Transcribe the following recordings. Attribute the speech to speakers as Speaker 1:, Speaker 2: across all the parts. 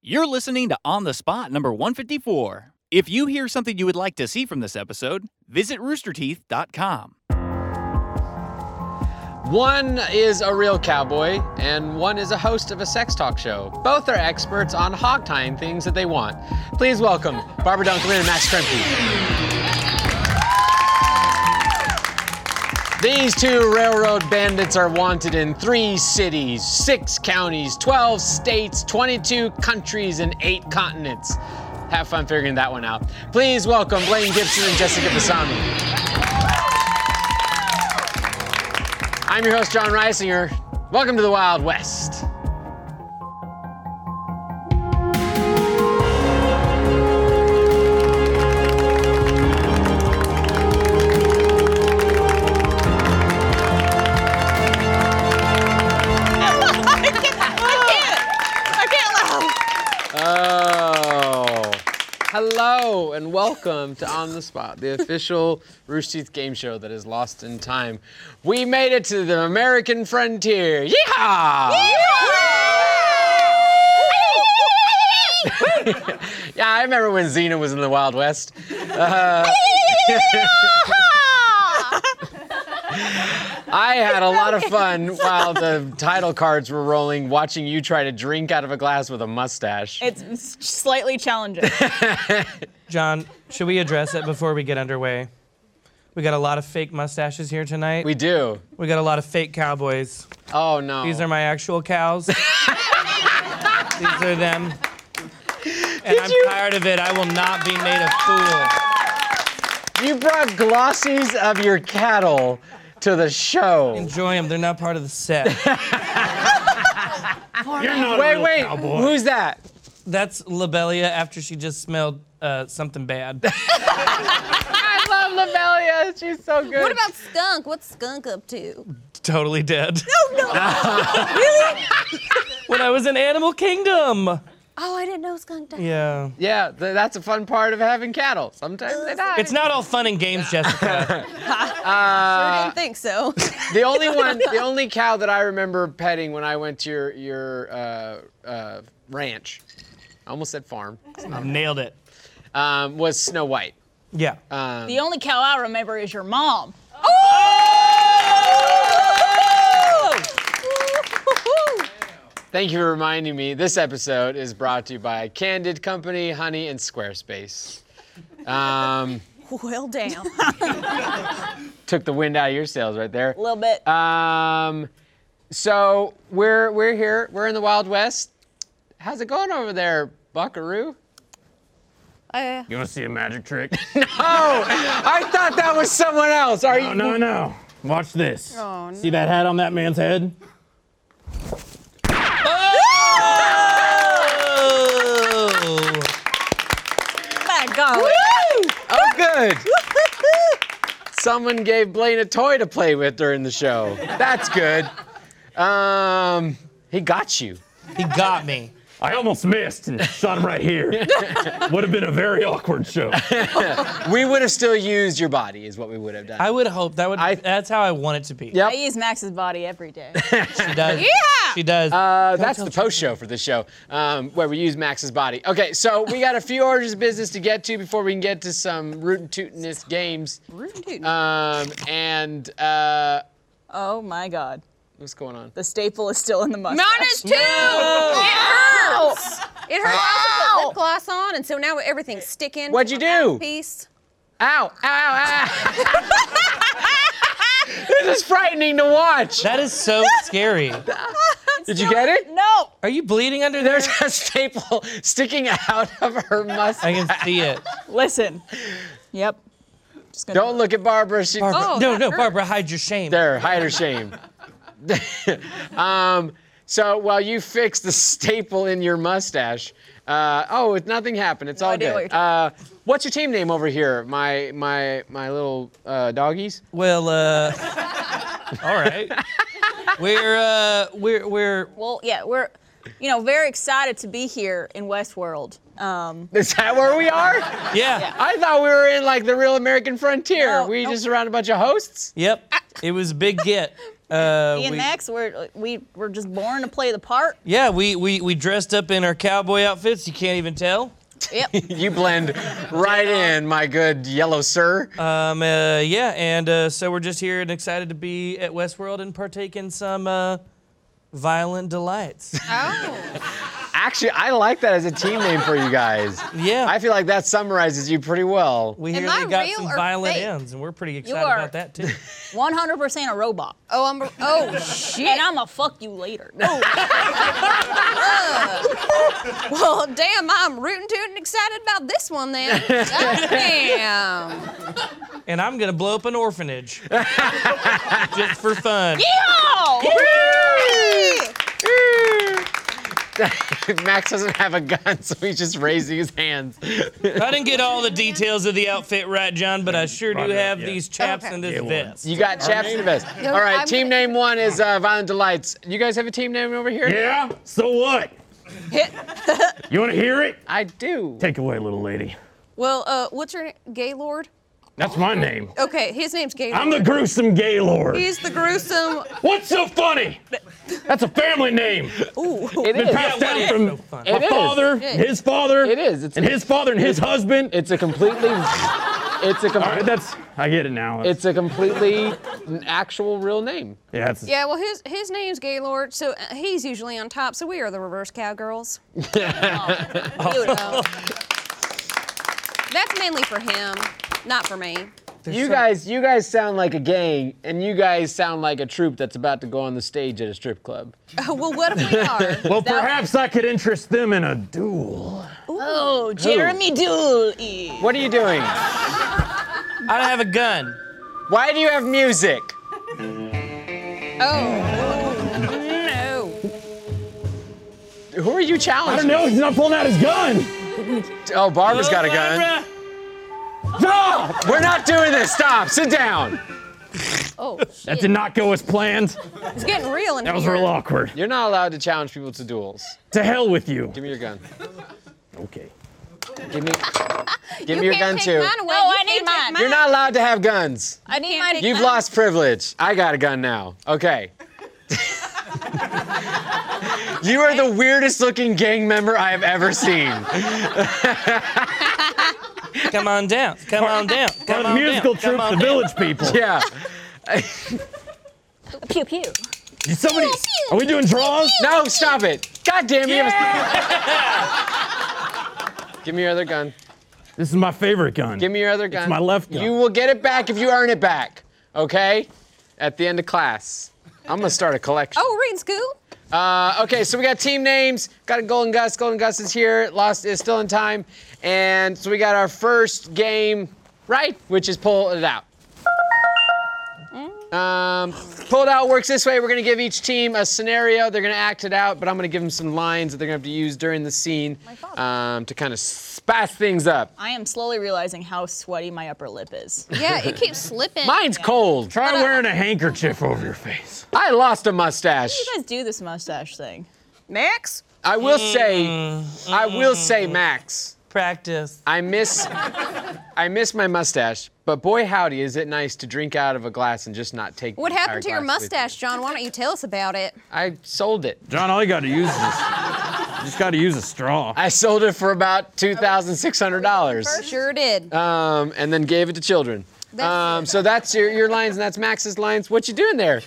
Speaker 1: You're listening to On the Spot number 154. If you hear something you would like to see from this episode, visit roosterteeth.com.
Speaker 2: One is a real cowboy, and one is a host of a sex talk show. Both are experts on hog tying things that they want. Please welcome Barbara Dunkelman and Max Kremke. These two railroad bandits are wanted in three cities, six counties, 12 states, 22 countries, and eight continents. Have fun figuring that one out. Please welcome Blaine Gibson and Jessica Basami. I'm your host, John Reisinger. Welcome to the Wild West.
Speaker 3: I can't. I can't laugh.
Speaker 2: Oh. Hello and welcome to On the Spot, the official Rooster Teeth game show that is lost in time. We made it to the American frontier. Yeehaw! Yeah, I remember when Xena was in the Wild West. I had a lot of fun while the title cards were rolling, watching you try to drink out of a glass with a mustache.
Speaker 3: It's slightly challenging.
Speaker 4: John, should we address it before we get underway? We got a lot of fake mustaches here tonight.
Speaker 2: we
Speaker 4: We,
Speaker 2: do.
Speaker 4: got a lot of fake cowboys.
Speaker 2: Oh no.
Speaker 4: These are my actual cows. These are them. And I'm
Speaker 2: you-
Speaker 4: tired of it. I will not be made a fool.
Speaker 2: You brought glossies of your cattle to the show.
Speaker 4: Enjoy them. They're not part of the set.
Speaker 2: Wait, wait, who's that?
Speaker 4: That's Lobelia after she just smelled uh, something bad.
Speaker 2: I love Labelia. She's so good.
Speaker 5: What about skunk? What's skunk up to?
Speaker 4: totally dead.
Speaker 5: really?
Speaker 4: when I was in Animal Kingdom.
Speaker 5: Oh, I didn't know skunk died.
Speaker 4: Yeah.
Speaker 2: Yeah, th- that's a fun part of having cattle. Sometimes they die.
Speaker 4: It's not all fun and games, Jessica.
Speaker 5: I didn't think so.
Speaker 2: the only one, the only cow that I remember petting when I went to your your uh, uh, ranch, I almost said farm,
Speaker 4: Nailed it.
Speaker 2: um, was Snow White.
Speaker 4: Yeah.
Speaker 3: the only cow I remember is your mom.
Speaker 2: Thank you for reminding me. This episode is brought to you by Candid Company, Honey, and Squarespace. Um,
Speaker 5: well, damn.
Speaker 2: took the wind out of your sails right there.
Speaker 3: A little bit.
Speaker 2: Um, so we're we're here. We're in the Wild West. How's it going over there, Buckaroo?
Speaker 5: Uh,
Speaker 6: You want to see a magic trick?
Speaker 2: I thought that was someone else. Are
Speaker 6: no,
Speaker 2: you?
Speaker 6: no, no. Watch this. See that hat on that man's head?
Speaker 4: Oh.
Speaker 5: my God.
Speaker 2: Oh, good. Someone gave Blaine a toy to play with during the show. That's good. Um, he got you.
Speaker 4: He got me.
Speaker 6: I almost missed and shot him right here. Would have been a very awkward show.
Speaker 2: We would have still used your body, is what we would have done.
Speaker 4: I would hope that would.
Speaker 2: I-
Speaker 4: that's how I want it to be.
Speaker 2: Yep.
Speaker 3: I use Max's body every day.
Speaker 4: She does.
Speaker 3: Yeah!
Speaker 4: She does.
Speaker 2: Uh, that's the post show for this show, um, where we use Max's body. Okay, so we got a few orders of business to get to before we can get to some rootin' tootin'est games. Um, and uh,
Speaker 3: oh my God.
Speaker 2: what's going on?
Speaker 3: The staple is still in the mustache.
Speaker 5: Minus two. It hurts. It hurts. I also put lip gloss on, and so now everything's sticking. to
Speaker 2: What'd you
Speaker 5: my mouthpiece.
Speaker 2: do? Ow! Ow! Ow! ow. this is frightening to watch.
Speaker 4: that is so scary.
Speaker 2: Did you get it?
Speaker 3: No.
Speaker 4: Are you bleeding under there?
Speaker 2: There's a staple sticking out of her
Speaker 4: I
Speaker 2: mustache.
Speaker 4: can see it.
Speaker 3: Listen. Yep. Just gonna
Speaker 2: Don't look at Barbara. She,
Speaker 4: Barbara.
Speaker 5: Oh,
Speaker 4: no,
Speaker 5: that
Speaker 4: no,
Speaker 5: hurt.
Speaker 4: Barbara, hide your shame.
Speaker 2: There, hide her shame. um, so while you fix the staple in your mustache, uh, oh, it's nothing happened. It's all
Speaker 3: idea
Speaker 2: good.
Speaker 3: what you're
Speaker 2: uh, what's your team name over here, my my my little uh, doggies?
Speaker 4: Well, uh, all right. We're uh, we're we're
Speaker 3: Well, yeah, we're, you know, very excited to be here in Westworld. Um,
Speaker 2: Is that where we are?
Speaker 4: yeah.
Speaker 2: I thought we were in like the real American frontier.
Speaker 3: No,
Speaker 2: we
Speaker 3: no.
Speaker 2: just around a bunch of hosts.
Speaker 4: Yep. It was a big get. Uh,
Speaker 3: Me and
Speaker 4: we-
Speaker 3: Max, we're, we were just born to play the part.
Speaker 4: Yeah, we, we, we dressed up in our cowboy outfits. You can't even tell.
Speaker 3: Yep.
Speaker 2: You blend right in, my good yellow sir.
Speaker 4: Um, uh, yeah, and uh, so we're just here and excited to be at Westworld and partake in some uh, violent delights.
Speaker 5: Oh.
Speaker 2: Actually, I like that as a team name for you guys.
Speaker 4: Yeah.
Speaker 2: I feel like that summarizes you pretty well.
Speaker 4: we
Speaker 5: Am
Speaker 4: hear
Speaker 5: I
Speaker 4: they got
Speaker 5: real
Speaker 4: some
Speaker 5: or
Speaker 4: violent
Speaker 5: fake?
Speaker 4: ends, and we're pretty excited
Speaker 3: are-
Speaker 4: about that too.
Speaker 3: 100% a robot.
Speaker 5: Oh, I'm. Oh, shit.
Speaker 3: And I'ma fuck you later. No.
Speaker 5: Well, damn, I'm rooting to it and excited about this one then. damn.
Speaker 4: and I'm gonna blow up an orphanage just for fun.
Speaker 2: Max doesn't have a gun, so he's just raising his hands.
Speaker 4: I didn't get all the details of the outfit right, John, but I sure do
Speaker 6: Right,
Speaker 4: have
Speaker 6: yeah.
Speaker 4: these chaps
Speaker 5: Okay.
Speaker 4: and this
Speaker 6: Yeah, well.
Speaker 4: vest.
Speaker 2: You got chaps in the vest.
Speaker 5: No,
Speaker 2: All right,
Speaker 5: I'm
Speaker 2: team
Speaker 5: gonna-
Speaker 2: name one is uh, Violent Delights. You guys have a team name over here?
Speaker 6: Yeah? So what? you want to hear it?
Speaker 2: I do.
Speaker 6: Take away, little lady.
Speaker 5: Well, uh, what's your name? Gaylord?
Speaker 6: That's my name.
Speaker 5: Okay, his name's Gaylord.
Speaker 6: I'm the gruesome Gaylord.
Speaker 5: He's the gruesome.
Speaker 6: What's so funny? That's a family name.
Speaker 2: It
Speaker 6: Been
Speaker 2: is.
Speaker 6: passed
Speaker 4: so
Speaker 6: down from
Speaker 4: funny?
Speaker 6: my
Speaker 2: It is.
Speaker 6: father, his father,
Speaker 2: It is. It's-
Speaker 6: and his father and his husband.
Speaker 2: It's a completely. It's a
Speaker 6: All right,
Speaker 2: complete.
Speaker 6: that's I get it now.
Speaker 2: It's a completely n- actual real name.
Speaker 6: yeah, it's,
Speaker 5: Yeah, well, his his name's Gaylord, so uh, he's usually on top. So we are the reverse cowgirls. Oh,
Speaker 3: Beautiful.
Speaker 5: That's mainly for him, not for me.
Speaker 2: you guys, you guys sound like a gang, and you guys sound like a troupe that's about to go on the stage at a strip club.
Speaker 5: Uh, well, what if we are?
Speaker 6: Well, perhaps I could interest them in a duel.
Speaker 3: Oh, Jeremy Dooley.
Speaker 2: What are you doing?
Speaker 4: I don't have a gun.
Speaker 2: Why do you have music?
Speaker 5: Oh no!
Speaker 2: Who are you
Speaker 6: I
Speaker 2: challenging?
Speaker 6: don't know. He's not pulling out his gun.
Speaker 2: Oh, Barbara's got a gun.
Speaker 4: Barbara!
Speaker 6: Stop!
Speaker 2: We're not doing this. Stop. Sit down.
Speaker 5: Oh,
Speaker 6: That did not go as planned.
Speaker 5: it's getting real in
Speaker 6: That was
Speaker 5: here.
Speaker 6: real awkward.
Speaker 2: You're not allowed to challenge people to duels.
Speaker 6: To hell with you.
Speaker 2: Give me your gun.
Speaker 6: Okay.
Speaker 2: Give me. Give
Speaker 5: You
Speaker 2: me your gun
Speaker 5: can't take
Speaker 2: too.
Speaker 5: mine
Speaker 3: No,
Speaker 5: away. You
Speaker 3: Oh, I
Speaker 5: can't
Speaker 3: need
Speaker 5: take
Speaker 3: mine.
Speaker 2: You're not allowed to have guns.
Speaker 3: I need
Speaker 5: can't
Speaker 3: my
Speaker 5: take
Speaker 2: You've lost privilege. I got a gun now. Okay. you are the weirdest looking gang member I have ever seen.
Speaker 4: Come on down. Come on down. Come
Speaker 6: Part of
Speaker 4: on
Speaker 6: the musical
Speaker 4: down.
Speaker 6: troupe, the village people.
Speaker 2: Yeah.
Speaker 3: pew pew.
Speaker 6: Did Somebody, are we doing draws?
Speaker 2: No, stop it. God damn it. Give me your other gun.
Speaker 6: This is my favorite gun.
Speaker 2: Give me your other gun.
Speaker 6: my left gun.
Speaker 2: You will get it back if you earn it back. Okay? At the end of class. I'm gonna start a collection.
Speaker 5: Oh, we're in school.
Speaker 2: Uh, okay, so we got team names. Got a Golden Gus. Golden Gus is here. Lost is still in time, and so we got our first game right, which is pull it out.
Speaker 3: Mm.
Speaker 2: Um, pull it out works this way. We're gonna give each team a scenario. They're gonna act it out, but I'm gonna give them some lines that they're gonna have to use during the scene
Speaker 3: father.
Speaker 2: um, to kind of spice things up.
Speaker 3: I am slowly realizing how sweaty my upper lip is.
Speaker 5: Yeah, it keeps slipping.
Speaker 2: Mine's cold.
Speaker 6: Try wearing a handkerchief over your face.
Speaker 2: I lost a mustache.
Speaker 3: You guys do this mustache thing.
Speaker 5: Max.
Speaker 2: I will say, I will say,
Speaker 3: Mm.
Speaker 2: Max.
Speaker 4: Practice.
Speaker 2: I miss I miss my mustache, but boy howdy is it nice to drink out of a glass and just not take the
Speaker 5: What
Speaker 2: entire
Speaker 5: happened to your
Speaker 2: glass with you.
Speaker 5: mustache, John? Why don't you tell us about it?
Speaker 2: I sold it.
Speaker 6: John, all you got to use is you just got to use a straw.
Speaker 2: I sold it for about $2,600
Speaker 5: Sure did.
Speaker 2: um, and then gave it to children.
Speaker 5: That's-
Speaker 2: Um, so that's your, your lines and that's Max's lines. What you doing there?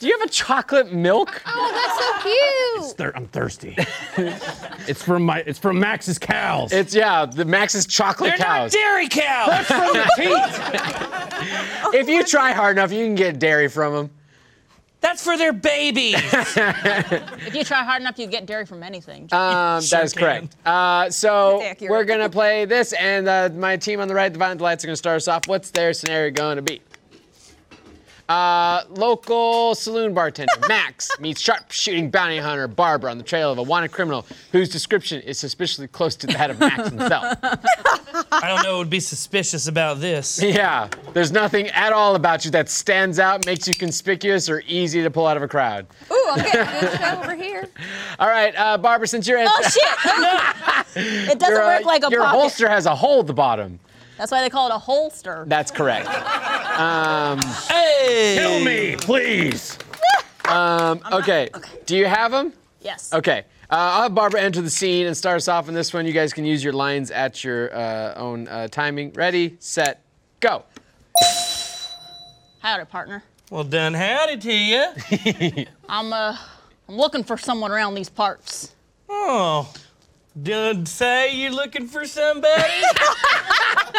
Speaker 2: Do you have a chocolate milk?
Speaker 5: oh, that's so cute.
Speaker 6: Thir- I'm thirsty. it's from my. It's from Max's cows.
Speaker 2: It's yeah, the Max's chocolate
Speaker 4: They're not
Speaker 2: cows.
Speaker 4: dairy cows.
Speaker 6: from the teat.
Speaker 2: if you try hard enough, you can get dairy from them.
Speaker 4: That's for their
Speaker 2: Um,
Speaker 4: babies.
Speaker 3: If you try hard enough, you get dairy from anything.
Speaker 2: Um,
Speaker 4: Sure
Speaker 2: that is
Speaker 4: can.
Speaker 2: correct. Uh, so
Speaker 5: accurate.
Speaker 2: we're gonna play this, and uh, my team on the right, the Violent Delights, are gonna start us off. What's their scenario gonna be? Uh, local saloon bartender Max meets sharpshooting bounty hunter Barbara on the trail of a wanted criminal whose description is suspiciously close to that of Max himself.
Speaker 4: I don't know what would be suspicious about this.
Speaker 2: yeah, there's nothing at all about you that stands out, makes you conspicuous, or easy to pull out of a crowd.
Speaker 5: Ooh, I'm getting a good show over here.
Speaker 2: All right, uh, Barbara, since you're at
Speaker 3: oh shit! it Oh, doesn't
Speaker 2: your, uh,
Speaker 3: work like a
Speaker 2: your
Speaker 3: pocket.
Speaker 2: holster has a hole at the bottom.
Speaker 3: That's why they call it a holster.
Speaker 2: That's correct.
Speaker 4: Hey!
Speaker 6: Kill me, please.
Speaker 2: Okay. Do you have them?
Speaker 3: yes.
Speaker 2: Okay. Uh, I'll have Barbara enter the scene and start us off in this one. You guys can use your lines at your uh, own uh, timing. Ready, set, go.
Speaker 3: Howdy, partner.
Speaker 4: Well done, howdy to you.
Speaker 3: I'm uh, I'm looking for someone around these parts.
Speaker 4: Oh, done say you're looking for somebody?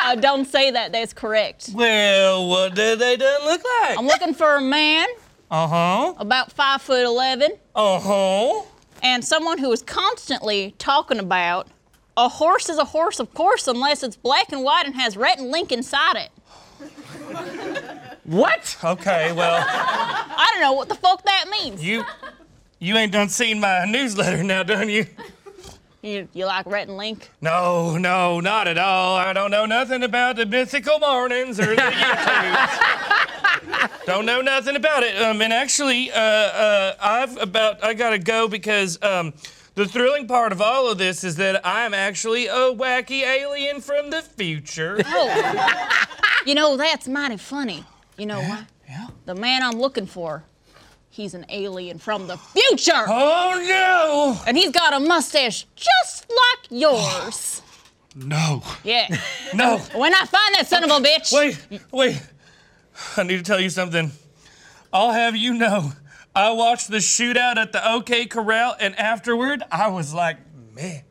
Speaker 3: Uh, don't say that. That's correct.
Speaker 4: well, what do they done look
Speaker 3: I'm
Speaker 4: like?
Speaker 3: looking for a man
Speaker 4: Uh
Speaker 2: Uh-huh.
Speaker 4: huh.
Speaker 3: about five foot eleven
Speaker 4: Uh huh.
Speaker 3: and someone who is constantly talking about a horse is a horse, of course, unless it's black and white and has red and link inside it.
Speaker 2: What?
Speaker 4: Okay, well,
Speaker 3: I don't know what the fuck that means.
Speaker 4: you you ain't done seen my newsletter now, done you?
Speaker 3: You, you like red and link?
Speaker 4: No, no, not at all. I don't know nothing about the mythical mornings or the YouTubes. don't know nothing about it. Um, and actually, uh, uh, I've about I gotta go because um, the thrilling part of all of this is that I'm actually a wacky alien from the future.
Speaker 3: Oh. you know, that's mighty funny. You know why? Yeah. The man I'm looking for, he's an alien from the future.
Speaker 4: oh
Speaker 3: And he's got a mustache just like yours.
Speaker 4: no! No!
Speaker 3: Yeah.
Speaker 4: No!
Speaker 3: When I find that son of a bitch,
Speaker 4: Wait, wait. I need to tell you something. I'll have you know, I watched the shootout at the OK Corral, and afterward, I was like, man.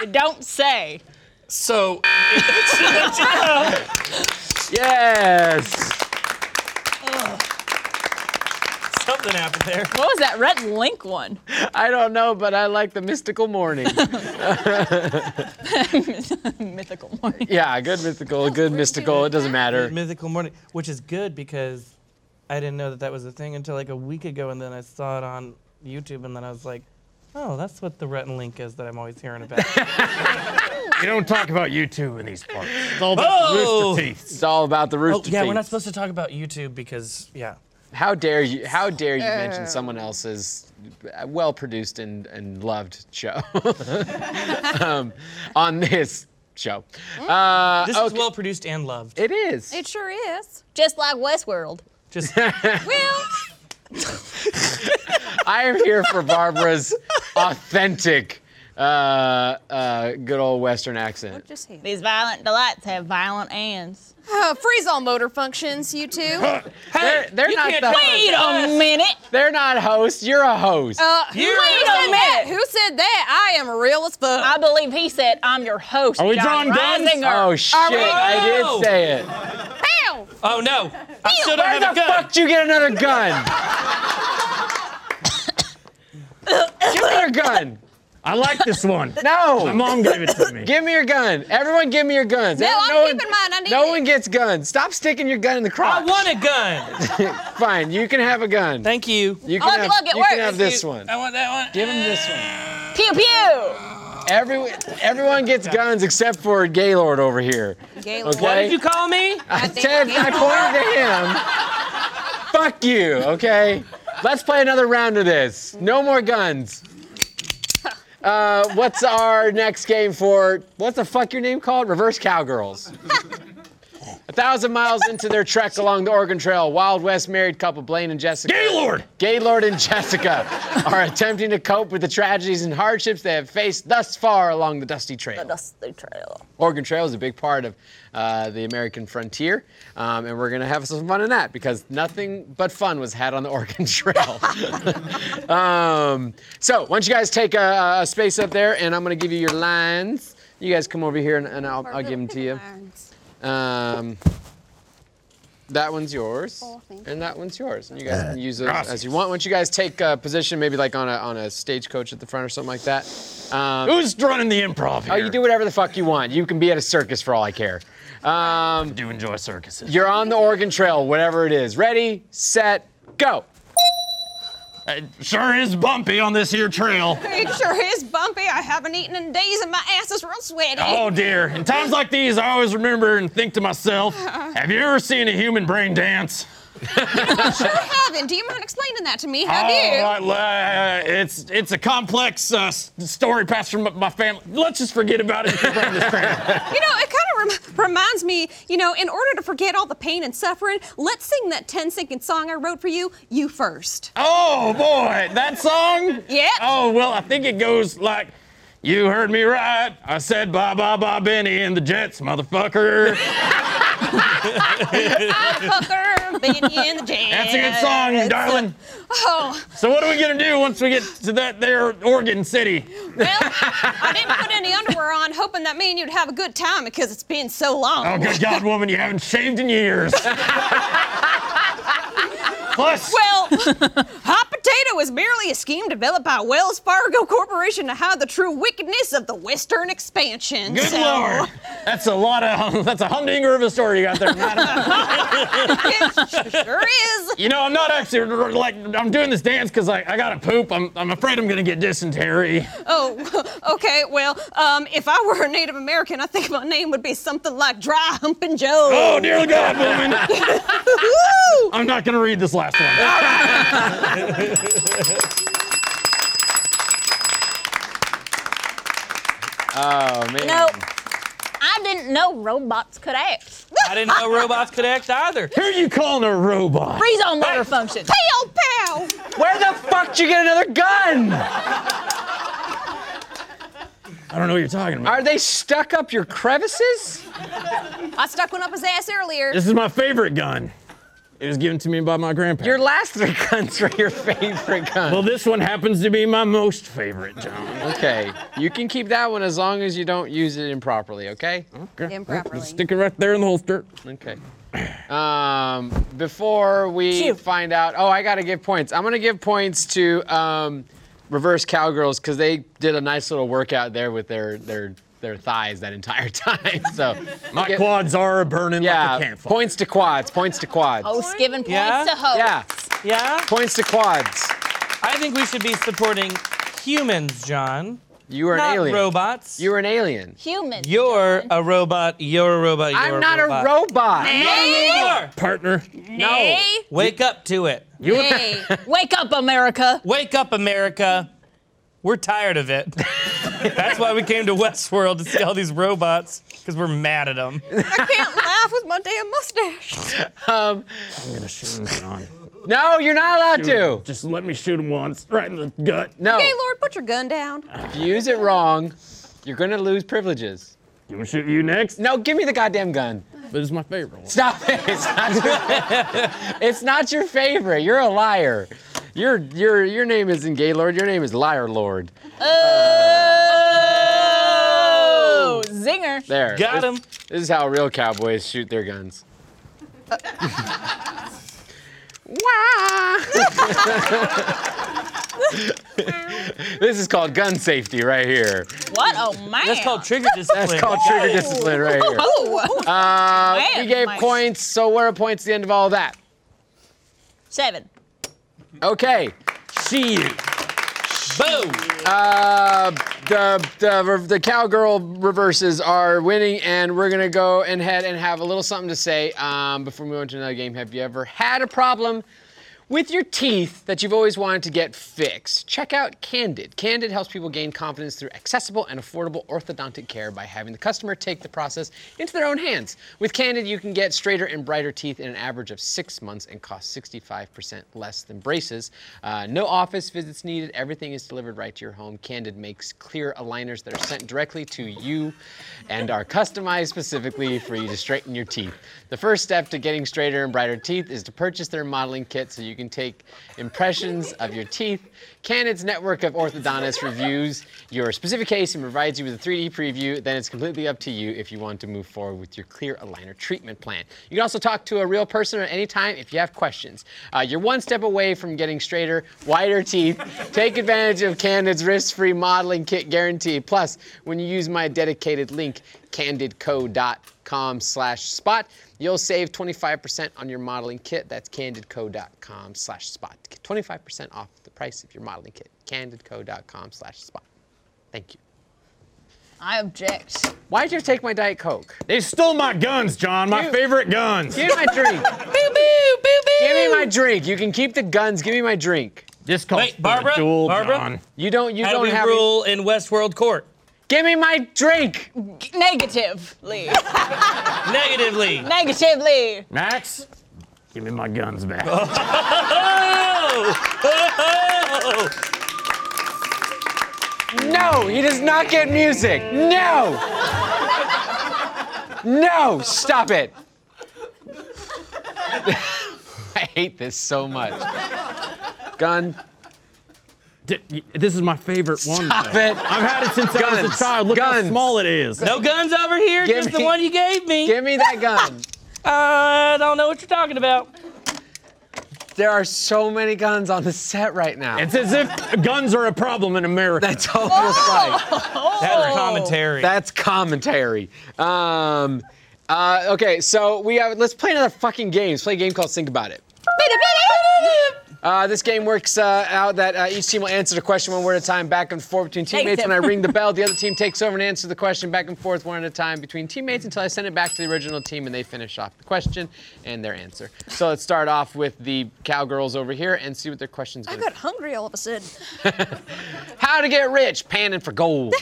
Speaker 3: you don't say.
Speaker 4: So,
Speaker 2: Yes.
Speaker 4: something happened there.
Speaker 3: What was that red link one?
Speaker 2: I don't know, but I like the mystical morning.
Speaker 3: Mythical morning.
Speaker 2: yeah, good mythical, good mystical. It doesn't matter.
Speaker 4: Mythical Morning, which is good because I didn't know that that was a thing until like a week ago, and then I saw it on YouTube, and then I was like, oh, that's what the Retin Link is that I'm always hearing about.
Speaker 6: You don't talk about you two in these parts. It's all about the
Speaker 4: Oh!
Speaker 6: rooster teeth.
Speaker 2: It's all about the
Speaker 4: oh,
Speaker 2: rooster
Speaker 4: yeah, we're
Speaker 2: Teeth.
Speaker 4: not supposed to talk about YouTube because, yeah.
Speaker 2: How dare you? How dare you mention someone else's uh, well-produced and, and loved show um, on this show? Uh,
Speaker 4: This is
Speaker 2: okay.
Speaker 4: well produced and loved.
Speaker 2: it is.
Speaker 5: It sure is.
Speaker 3: Just like Westworld.
Speaker 4: Just
Speaker 5: Well,
Speaker 2: I am here for Barbara's authentic, uh, uh, good old Western accent.
Speaker 5: just him.
Speaker 3: These violent delights have violent ends.
Speaker 5: Uh, freeze all motor functions, you two. Uh,
Speaker 2: They're, they're
Speaker 4: you
Speaker 2: not
Speaker 4: can't
Speaker 2: the,
Speaker 4: tell
Speaker 3: Wait a minute.
Speaker 2: they're not hosts. You're a host.
Speaker 5: who
Speaker 4: You're-
Speaker 5: said
Speaker 4: Wait
Speaker 3: a
Speaker 5: that?
Speaker 3: minute.
Speaker 5: Who said that? I am real as fuck.
Speaker 3: I believe he said, I'm your host.
Speaker 6: Are we
Speaker 3: John
Speaker 6: John Guns?
Speaker 3: Reisinger."
Speaker 2: oh shit! I
Speaker 4: Oh!
Speaker 2: did say it.
Speaker 5: Ow!
Speaker 4: oh no, I still don't
Speaker 2: Where
Speaker 4: have
Speaker 2: the
Speaker 4: a gun.
Speaker 2: fuck did you get another gun? Give me your gun.
Speaker 6: I like this one. My
Speaker 2: No.
Speaker 6: mom gave it to me.
Speaker 2: Give me your gun. Everyone, give me your guns.
Speaker 5: No, I'm
Speaker 2: no one,
Speaker 5: keeping mine. I need
Speaker 2: no
Speaker 5: it.
Speaker 2: one gets guns. Stop sticking your gun in the
Speaker 4: I
Speaker 2: crotch.
Speaker 4: want a gun.
Speaker 2: Fine, you can have a gun.
Speaker 4: Thank you.
Speaker 2: you can
Speaker 3: Look,
Speaker 2: have,
Speaker 3: look, it
Speaker 2: you
Speaker 3: works.
Speaker 2: can have this one.
Speaker 4: I want that one.
Speaker 2: Give him this one.
Speaker 3: Pew pew.
Speaker 2: Every, everyone gets guns except for Gaylord over here.
Speaker 5: Gaylord.
Speaker 2: Okay.
Speaker 4: What did you call me?
Speaker 5: I think
Speaker 2: Ted, I pointed to him. Fuck you, okay? Let's play another round of this. No more guns. Uh, what's our next game for? What's the fuck your name called? Reverse Cowgirls. A thousand miles into their trek along the Oregon Trail, Wild West married couple Blaine and Jessica.
Speaker 6: Gaylord!
Speaker 2: Gaylord and Jessica are attempting to cope with the tragedies and hardships they have faced thus far along the dusty trail.
Speaker 3: Dusty Trail.
Speaker 2: Oregon Trail is a big part of uh, the American frontier, um, and we're going to have some fun in that because nothing but fun was had on the Oregon Trail. um, so, why don't you guys take a, a space up there, and I'm going to give you your lines. You guys come over here, and, and I'll, I'll give them to you. Um, that one's yours,
Speaker 5: thank
Speaker 2: and that one's yours. And you guys can use those
Speaker 6: gracias.
Speaker 2: as you want. Once you guys take a position, maybe like on a on a stagecoach at the front or something like that. Um,
Speaker 6: Who's running the improv here?
Speaker 2: Oh, you do whatever the fuck you want. You can be at a circus for all I care. Um,
Speaker 6: I do enjoy circuses.
Speaker 2: You're on the Oregon Trail, whatever it is. Ready, set, go.
Speaker 6: It sure is bumpy on this here trail.
Speaker 5: It sure is bumpy. I haven't eaten in days, and my ass is real sweaty.
Speaker 6: Oh dear.
Speaker 5: Uh-huh.
Speaker 6: In times like these, I always remember and think to myself, have you ever seen a human brain dance?
Speaker 5: sure haven't. Do you mind explaining that to me? Have you?
Speaker 6: Oh, I- uh, it's it's a complex uh, s- story passed from my family. Let's just forget about it. and bring this crap.
Speaker 5: You know, it kind of rem- reminds me, you know, in order to forget all the pain and suffering, let's sing that 10 second song I wrote for you, You First.
Speaker 6: oh boy, that song.
Speaker 5: Yep.
Speaker 6: Oh well, I think it goes like. You heard me right. I said bye bye bye Benny and the Jets, motherfucker.
Speaker 5: Fucker, Benny and the Jets.
Speaker 6: That's a good song, darling.
Speaker 5: Oh,
Speaker 6: So what are we gonna do once we get to that there Oregon city?
Speaker 5: well, I didn't put any underwear on, hoping that me and you'd have a good time because it's been so long.
Speaker 6: Oh good God, woman, you haven't shaved in years. Plus,
Speaker 5: Well, hot potato is merely a scheme developed by Wells Fargo Corporation to hide the true wickedness of the Western expansion.
Speaker 6: Good
Speaker 5: so
Speaker 6: lord, that's a lot of that's a humdinger of a story you got there. madam.
Speaker 5: It sure is.
Speaker 6: you know, I'm not actually like I'm doing this dance because I, I gotta poop. I'm I'm afraid I'm gonna get dysentery.
Speaker 5: Oh, okay. Well, um, if I were a Native American, I think my name would be something like Dry Humping Joe.
Speaker 6: Oh dear God, woman!
Speaker 5: Woo!
Speaker 6: I'm not gonna read this last one.
Speaker 2: Oh man.
Speaker 3: No, I didn't know robots could act.
Speaker 4: I didn't know robots could act either.
Speaker 6: Who are you calling a robot?
Speaker 3: Freeze on motor functions.
Speaker 5: Pow, pow.
Speaker 2: Where the fuck did you get another gun?
Speaker 6: I don't know what you're talking about.
Speaker 2: Are they stuck up your crevices?
Speaker 5: I stuck one up his ass earlier.
Speaker 6: This is my favorite gun. It was given to me by my grandparents.
Speaker 2: Your last three guns were your favorite gun.
Speaker 6: well, this one happens to be my most favorite, John.
Speaker 2: Okay, you can keep that one as long as you don't use it improperly, okay?
Speaker 5: Improperly.
Speaker 6: Stick it right there in the holster.
Speaker 2: Okay. Um, before we
Speaker 3: Phew.
Speaker 2: find out, oh, I gotta give points. I'm gonna give points to um, Reverse Cowgirls because they did a nice little workout there with their their their thighs that entire time. So
Speaker 6: My
Speaker 2: Yeah.
Speaker 6: quads are burning like a
Speaker 2: yeah,
Speaker 6: campfire.
Speaker 2: points to quads. Points to quads.
Speaker 3: Oh, it's giving points
Speaker 4: Yeah?
Speaker 3: to hope.
Speaker 2: Yeah,
Speaker 4: Yeah?
Speaker 2: points to quads.
Speaker 4: I think we should be supporting humans, John.
Speaker 2: You are an
Speaker 4: Not
Speaker 2: alien.
Speaker 4: robots.
Speaker 2: You are an alien.
Speaker 3: Human.
Speaker 4: You're a robot. You're a robot. You're
Speaker 2: I'm not a
Speaker 4: robot.
Speaker 2: robot.
Speaker 4: robot.
Speaker 6: Partner,
Speaker 2: No.
Speaker 3: Nay.
Speaker 4: Wake up to it.
Speaker 3: Nay. Wake up, America.
Speaker 4: Wake up, America. We're tired of it. That's why we came to Westworld to see all these robots, because we're mad at them.
Speaker 5: I can't laugh with my damn mustache.
Speaker 6: I'm gonna shoot him, John.
Speaker 2: No, you're not allowed to.
Speaker 6: Just let me shoot him once, right in the gut.
Speaker 2: No.
Speaker 5: Hey, Lord, put your gun down.
Speaker 2: If you use it wrong, you're gonna lose privileges.
Speaker 6: You want to shoot you next?
Speaker 2: No, give me the goddamn gun.
Speaker 6: This is my favorite one.
Speaker 2: Stop it. It's not your, it's not your favorite. You're a liar. Your your your name isn't Gaylord. Your name is Liar Lord.
Speaker 3: Oh, zinger.
Speaker 2: There.
Speaker 4: Got
Speaker 2: This-
Speaker 4: him.
Speaker 2: This is how real cowboys shoot their guns. this is called gun safety right here.
Speaker 3: What? Oh man.
Speaker 4: That's called trigger discipline.
Speaker 2: That's called trigger discipline right here.
Speaker 3: Oh,
Speaker 2: Uh,
Speaker 3: Man,
Speaker 2: we gave
Speaker 3: Mike.
Speaker 2: points, so where are points at the end of all that?
Speaker 3: seven.
Speaker 2: Okay.
Speaker 6: See you.
Speaker 4: Boom.
Speaker 2: Uh, the, the the cowgirl reverses are winning, and we're gonna go and head and have a little something to say um, before we move on to another game. Have you ever had a problem with your teeth that you've always wanted to get fixed? Check out Candid. Candid helps people gain confidence through accessible and affordable orthodontic care by having the customer take the process into their own hands. With Candid, you can get straighter and brighter teeth in an average of six months and cost 65% less than braces. Uh, no office visits needed. Everything is delivered right to your home. Candid makes clear aligners that are sent directly to you and are customized specifically for you to straighten your teeth. The first step to getting straighter and brighter teeth is to purchase their modeling kit so you can take impressions of your teeth. Candid's network of orthodontists reviews your specific case and provides you with a 3D preview. Then it's completely up to you if you want to move forward with your clear aligner treatment plan. You can also talk to a real person at any time if you have questions. Uh, you're one step away from getting straighter, wider teeth. Take advantage of Candid's risk-free modeling kit guarantee. Plus, when you use my dedicated link, candidco.com slash spot, you'll save 25% on your modeling kit. That's candidco.com slash spot. Get 25% off the price of your modeling kit. Candidco.com slash spot. Thank you.
Speaker 3: I object.
Speaker 2: Why'd you take my Diet Coke?
Speaker 6: They stole my guns, John. My
Speaker 2: You-
Speaker 6: favorite guns.
Speaker 2: Give me my drink.
Speaker 3: Boo boo boo boo.
Speaker 2: give me my drink. You can keep the guns. Give me my drink.
Speaker 6: This calls
Speaker 4: Wait,
Speaker 6: for a
Speaker 4: Barbara?
Speaker 6: duel,
Speaker 4: Barbara?
Speaker 6: John.
Speaker 2: You don't. You
Speaker 4: How do
Speaker 2: don't
Speaker 4: we
Speaker 2: have.
Speaker 4: rule in Westworld Court?
Speaker 2: Give me my drink.
Speaker 3: Negatively.
Speaker 4: Negatively.
Speaker 3: Negatively.
Speaker 6: Max, give me my guns back.
Speaker 4: Oh! Oh!
Speaker 2: No, he does not get music. No. No, stop it. I hate this so much. Gun.
Speaker 6: D- y- this is my favorite one.
Speaker 2: Stop
Speaker 6: though.
Speaker 2: it.
Speaker 6: I've had it since I was
Speaker 2: Guns.
Speaker 6: a child. Look
Speaker 2: Guns.
Speaker 6: how small it is.
Speaker 4: No guns over here,
Speaker 2: Give
Speaker 4: just
Speaker 2: me-
Speaker 4: the one you gave me.
Speaker 2: Give me that gun.
Speaker 4: I don't know what you're talking about.
Speaker 2: There are so many guns on the set right now.
Speaker 6: It's as if guns are a problem in America.
Speaker 2: That's almost like.
Speaker 4: That's commentary.
Speaker 2: That's commentary. Um, uh, okay, so we have. Let's play another fucking game. Let's play a game called Think About It. Uh, this game works uh, out that uh, each team will answer the question one word at a time, back and forth between teammates. When I ring the bell, the other team takes over and answers the question back and forth one at a time between teammates until I send it back to the original team and they finish off the question and their answer. So let's start off with the cowgirls over here and see what their questions.
Speaker 5: I
Speaker 2: gonna
Speaker 5: got hungry all of a sudden.
Speaker 2: how to get rich, panning for gold.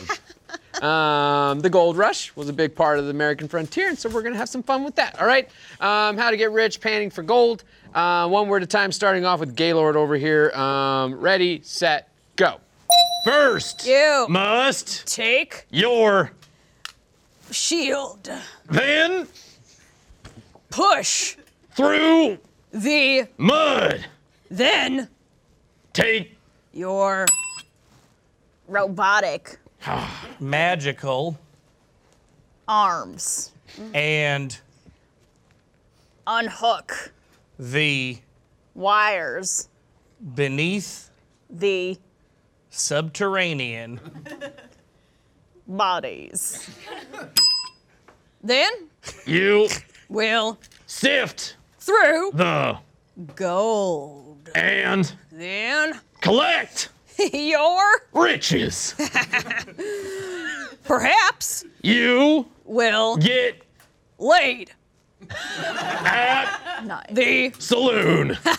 Speaker 2: um, the gold rush was a big part of the American frontier, and so we're gonna have some fun with that. All right, um, how to get rich, panning for gold. Uh, one word at a time. Starting off with Gaylord over here. Um, ready, set, go.
Speaker 6: First,
Speaker 5: You
Speaker 6: must
Speaker 5: take
Speaker 6: your
Speaker 5: shield.
Speaker 6: then
Speaker 5: Push
Speaker 6: through
Speaker 5: the
Speaker 6: mud.
Speaker 5: then
Speaker 6: Take
Speaker 5: your
Speaker 3: Robotic
Speaker 4: Magical
Speaker 3: arms.
Speaker 4: and
Speaker 3: Unhook
Speaker 4: the
Speaker 3: wires.
Speaker 4: beneath
Speaker 3: The
Speaker 4: subterranean
Speaker 3: bodies.
Speaker 5: then
Speaker 6: you
Speaker 5: will
Speaker 6: sift
Speaker 5: through
Speaker 6: the
Speaker 5: gold.
Speaker 6: and
Speaker 5: Then
Speaker 6: collect
Speaker 5: your
Speaker 6: riches.
Speaker 5: perhaps
Speaker 6: You
Speaker 5: will
Speaker 6: get
Speaker 5: laid.
Speaker 6: at
Speaker 5: The
Speaker 6: saloon.
Speaker 5: uh,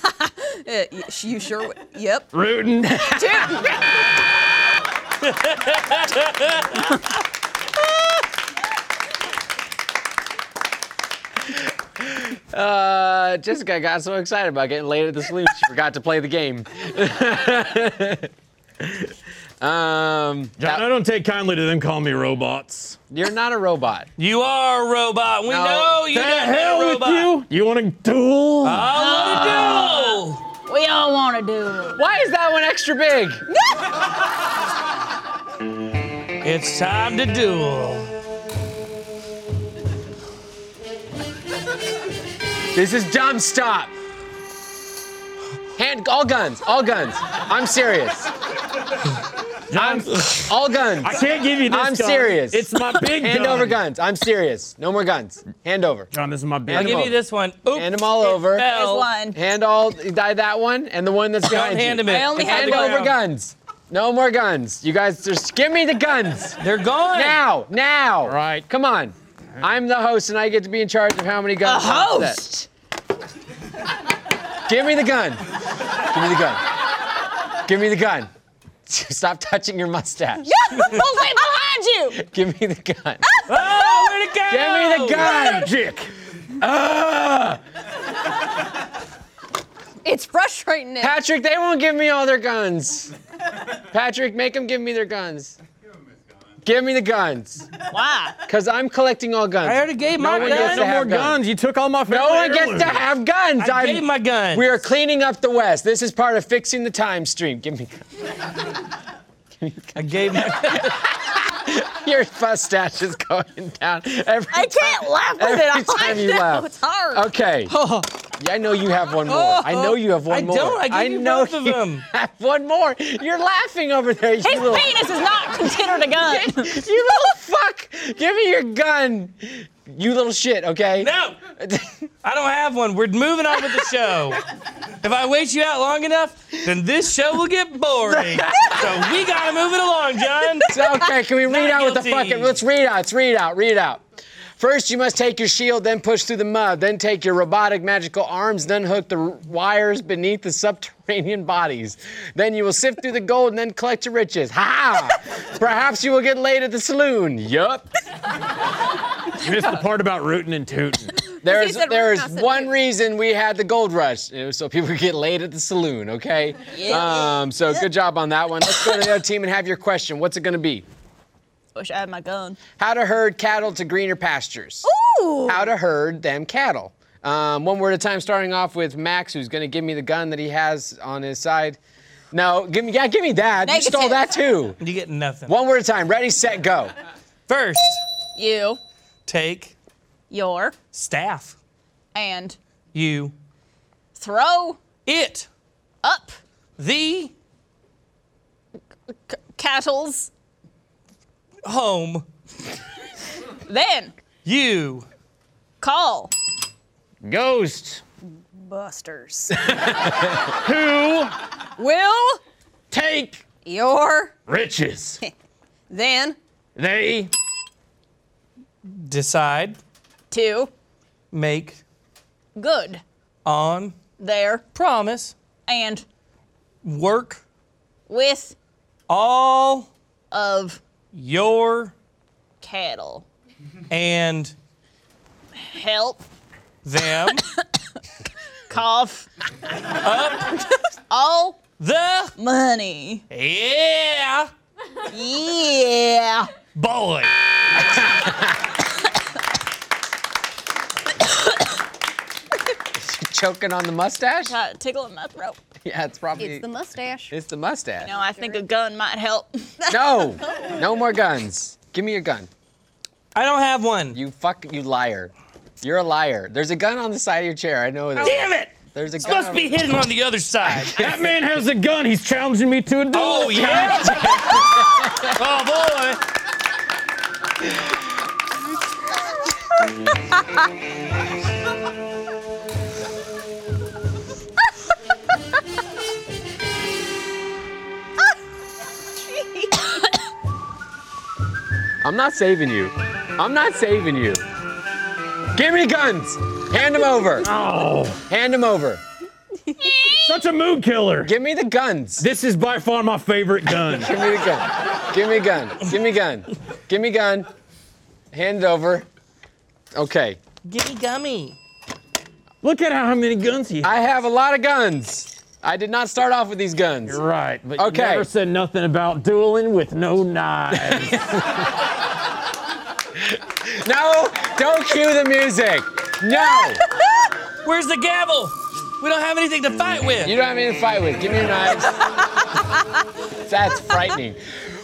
Speaker 5: y- you sure? w- Yep.
Speaker 6: Rootin'
Speaker 5: Two.
Speaker 2: Uh, Jessica got so excited about getting laid at the saloon, she forgot to play the game. um,
Speaker 6: John, I don't take kindly to them calling me robots.
Speaker 2: you're not a robot.
Speaker 4: You are a robot. We
Speaker 2: No.
Speaker 4: know
Speaker 6: The
Speaker 4: you don't
Speaker 6: hell
Speaker 4: know
Speaker 6: with
Speaker 4: robot.
Speaker 6: you? You want a duel?
Speaker 2: Uh,
Speaker 4: I want to do.
Speaker 3: We all want to do it.
Speaker 2: Why is that one extra big?
Speaker 4: It's time to duel.
Speaker 2: This is dumb. Stop. Hand, all guns, all guns. I'm serious.
Speaker 6: John,
Speaker 2: All guns.
Speaker 6: I can't give you this.
Speaker 2: I'm
Speaker 6: John.
Speaker 2: serious.
Speaker 6: It's my big
Speaker 2: Hand
Speaker 6: gun.
Speaker 2: over guns. I'm serious. No more guns. Hand over.
Speaker 6: John, this is my big
Speaker 2: I'll
Speaker 4: I'll give
Speaker 2: over.
Speaker 4: you this one. Oops,
Speaker 2: Hand 'em all
Speaker 4: it
Speaker 2: over.
Speaker 4: fell.
Speaker 5: There's one.
Speaker 2: Hand all, die that one, and the one that's
Speaker 4: Don't
Speaker 2: behind
Speaker 4: hand
Speaker 2: you.
Speaker 4: them it.
Speaker 5: I only
Speaker 4: It's on
Speaker 5: had
Speaker 2: Hand
Speaker 4: the
Speaker 5: one.
Speaker 2: over
Speaker 4: ground.
Speaker 2: guns. No more guns. You guys, just give me the guns.
Speaker 4: They're gone.
Speaker 2: Now, now.
Speaker 6: Right.
Speaker 2: Come on. I'm the host, and I get to be in charge of how many guns.
Speaker 5: A
Speaker 2: are on set.
Speaker 5: host.
Speaker 2: Give me the gun. Give me the gun. Give me the gun. Stop touching your mustache.
Speaker 5: behind you.
Speaker 2: Give me the gun.
Speaker 4: Oh, where'd it go?
Speaker 2: Give me the gun.
Speaker 6: Magic.
Speaker 5: It's frustrating. It.
Speaker 2: Patrick, they won't give me all their guns. Patrick, make them give me their guns. Give me the guns.
Speaker 5: Why?
Speaker 2: Because I'm collecting all guns.
Speaker 4: I already gave my
Speaker 2: one
Speaker 4: gun.
Speaker 2: gets to
Speaker 6: No
Speaker 2: have
Speaker 6: more
Speaker 2: guns.
Speaker 6: guns. You took all my
Speaker 2: No one gets to have guns.
Speaker 4: I
Speaker 2: I'm-
Speaker 4: gave my gun.
Speaker 2: We are cleaning up the West. This is part of fixing the time stream. Give me guns.
Speaker 4: I gave my.
Speaker 2: Your mustache is going down. Every
Speaker 5: I can't laugh with
Speaker 2: Every
Speaker 5: it.
Speaker 2: time
Speaker 5: I
Speaker 2: you
Speaker 5: know,
Speaker 2: laugh.
Speaker 5: It's hard.
Speaker 2: Okay. Yeah, I know you have one more. I know you have one
Speaker 4: Oh. I
Speaker 2: more.
Speaker 4: don't. I gave you
Speaker 2: know
Speaker 4: both of
Speaker 2: you
Speaker 4: them.
Speaker 2: Have one more. You're laughing over there. You
Speaker 3: His
Speaker 2: little,
Speaker 3: penis is not considered a gun.
Speaker 2: you little fuck. Give me your gun. You little shit. Okay.
Speaker 4: No, I don't have one. We're moving on with the show. If I wait you out long enough, then this show will get boring. so we gotta move it along, John.
Speaker 2: okay. Can we read
Speaker 4: Not
Speaker 2: out with the
Speaker 4: guilty.
Speaker 2: fucking? Let's read out. Let's read out. Read out. First, you must take your shield, then push through the mud, then take your robotic magical arms, then hook the r- wires beneath the subterranean bodies. Then you will sift through the gold and then collect your riches. Ha! Perhaps you will get laid at the saloon. Yup.
Speaker 6: You missed the part about rooting and tooting.
Speaker 2: There's
Speaker 5: said
Speaker 2: there's
Speaker 5: Rittenhouse said
Speaker 2: one
Speaker 5: too.
Speaker 2: reason we had the gold rush, it was so people could get laid at the saloon. Okay. Um. So good job on that one. Let's go to the other team and have your question. What's it gonna be?
Speaker 5: Wish I had my gun.
Speaker 2: How to herd cattle to greener pastures.
Speaker 5: Ooh.
Speaker 2: How to herd them cattle. Um, one word at a time. Starting off with Max, who's gonna give me the gun that he has on his side. No, give me yeah, give me that. You stole that too.
Speaker 4: You get nothing.
Speaker 2: One word at a time. Ready, set, go.
Speaker 4: First,
Speaker 3: You,
Speaker 4: take
Speaker 3: your,
Speaker 4: staff.
Speaker 3: and
Speaker 4: You
Speaker 3: throw
Speaker 4: it
Speaker 3: up
Speaker 4: the
Speaker 3: cattle's
Speaker 4: home.
Speaker 3: then
Speaker 4: You
Speaker 3: call
Speaker 6: Ghost,
Speaker 5: Busters.
Speaker 6: who
Speaker 5: Will
Speaker 6: take
Speaker 5: your
Speaker 6: riches?
Speaker 5: then
Speaker 6: They
Speaker 4: decide,
Speaker 3: to
Speaker 4: make,
Speaker 3: good
Speaker 4: on,
Speaker 3: there
Speaker 4: promise,
Speaker 3: and
Speaker 4: work
Speaker 3: with
Speaker 4: all
Speaker 3: of
Speaker 4: your
Speaker 3: cattle
Speaker 4: and
Speaker 3: help
Speaker 4: them
Speaker 3: cough up all
Speaker 4: the
Speaker 3: money.
Speaker 4: yeah
Speaker 3: Yeah.
Speaker 4: boy.
Speaker 2: Choking on the mustache.
Speaker 3: Uh, tickle in my throat.
Speaker 2: Yeah, it's probably
Speaker 7: It's the mustache.
Speaker 2: it's the mustache.
Speaker 3: No, I think a gun might help.
Speaker 2: No, no more guns. Give me your gun.
Speaker 4: I don't have one.
Speaker 2: You fuck, you liar. You're a liar. There's a gun on the side of your chair. I know that.
Speaker 4: Damn it!
Speaker 2: There's a gun.
Speaker 4: Must be hidden on the other side.
Speaker 6: that man has a gun. He's challenging me to a duel.
Speaker 4: Oh yeah! oh boy!
Speaker 2: I'm not saving you. I'm not saving you. Give me the guns. Hand them over.
Speaker 6: Oh,
Speaker 2: Hand them over.
Speaker 6: such a mood killer.
Speaker 2: Give me the guns.
Speaker 6: This is by far my favorite gun.
Speaker 2: Give me the gun. Give me a gun. Give me a gun. Give me a gun. Hand it over. Okay.
Speaker 4: Giddy gummy.
Speaker 6: Look at how many guns he has.
Speaker 2: I have a lot of guns. I did not start off with these guns.
Speaker 6: Right, but
Speaker 2: Okay.
Speaker 6: you never said nothing about dueling with no knives.
Speaker 2: No, don't cue the music. No.
Speaker 4: Where's the gavel? We don't have anything to fight with.
Speaker 2: You don't have anything to fight with. Give me your knives. That's frightening.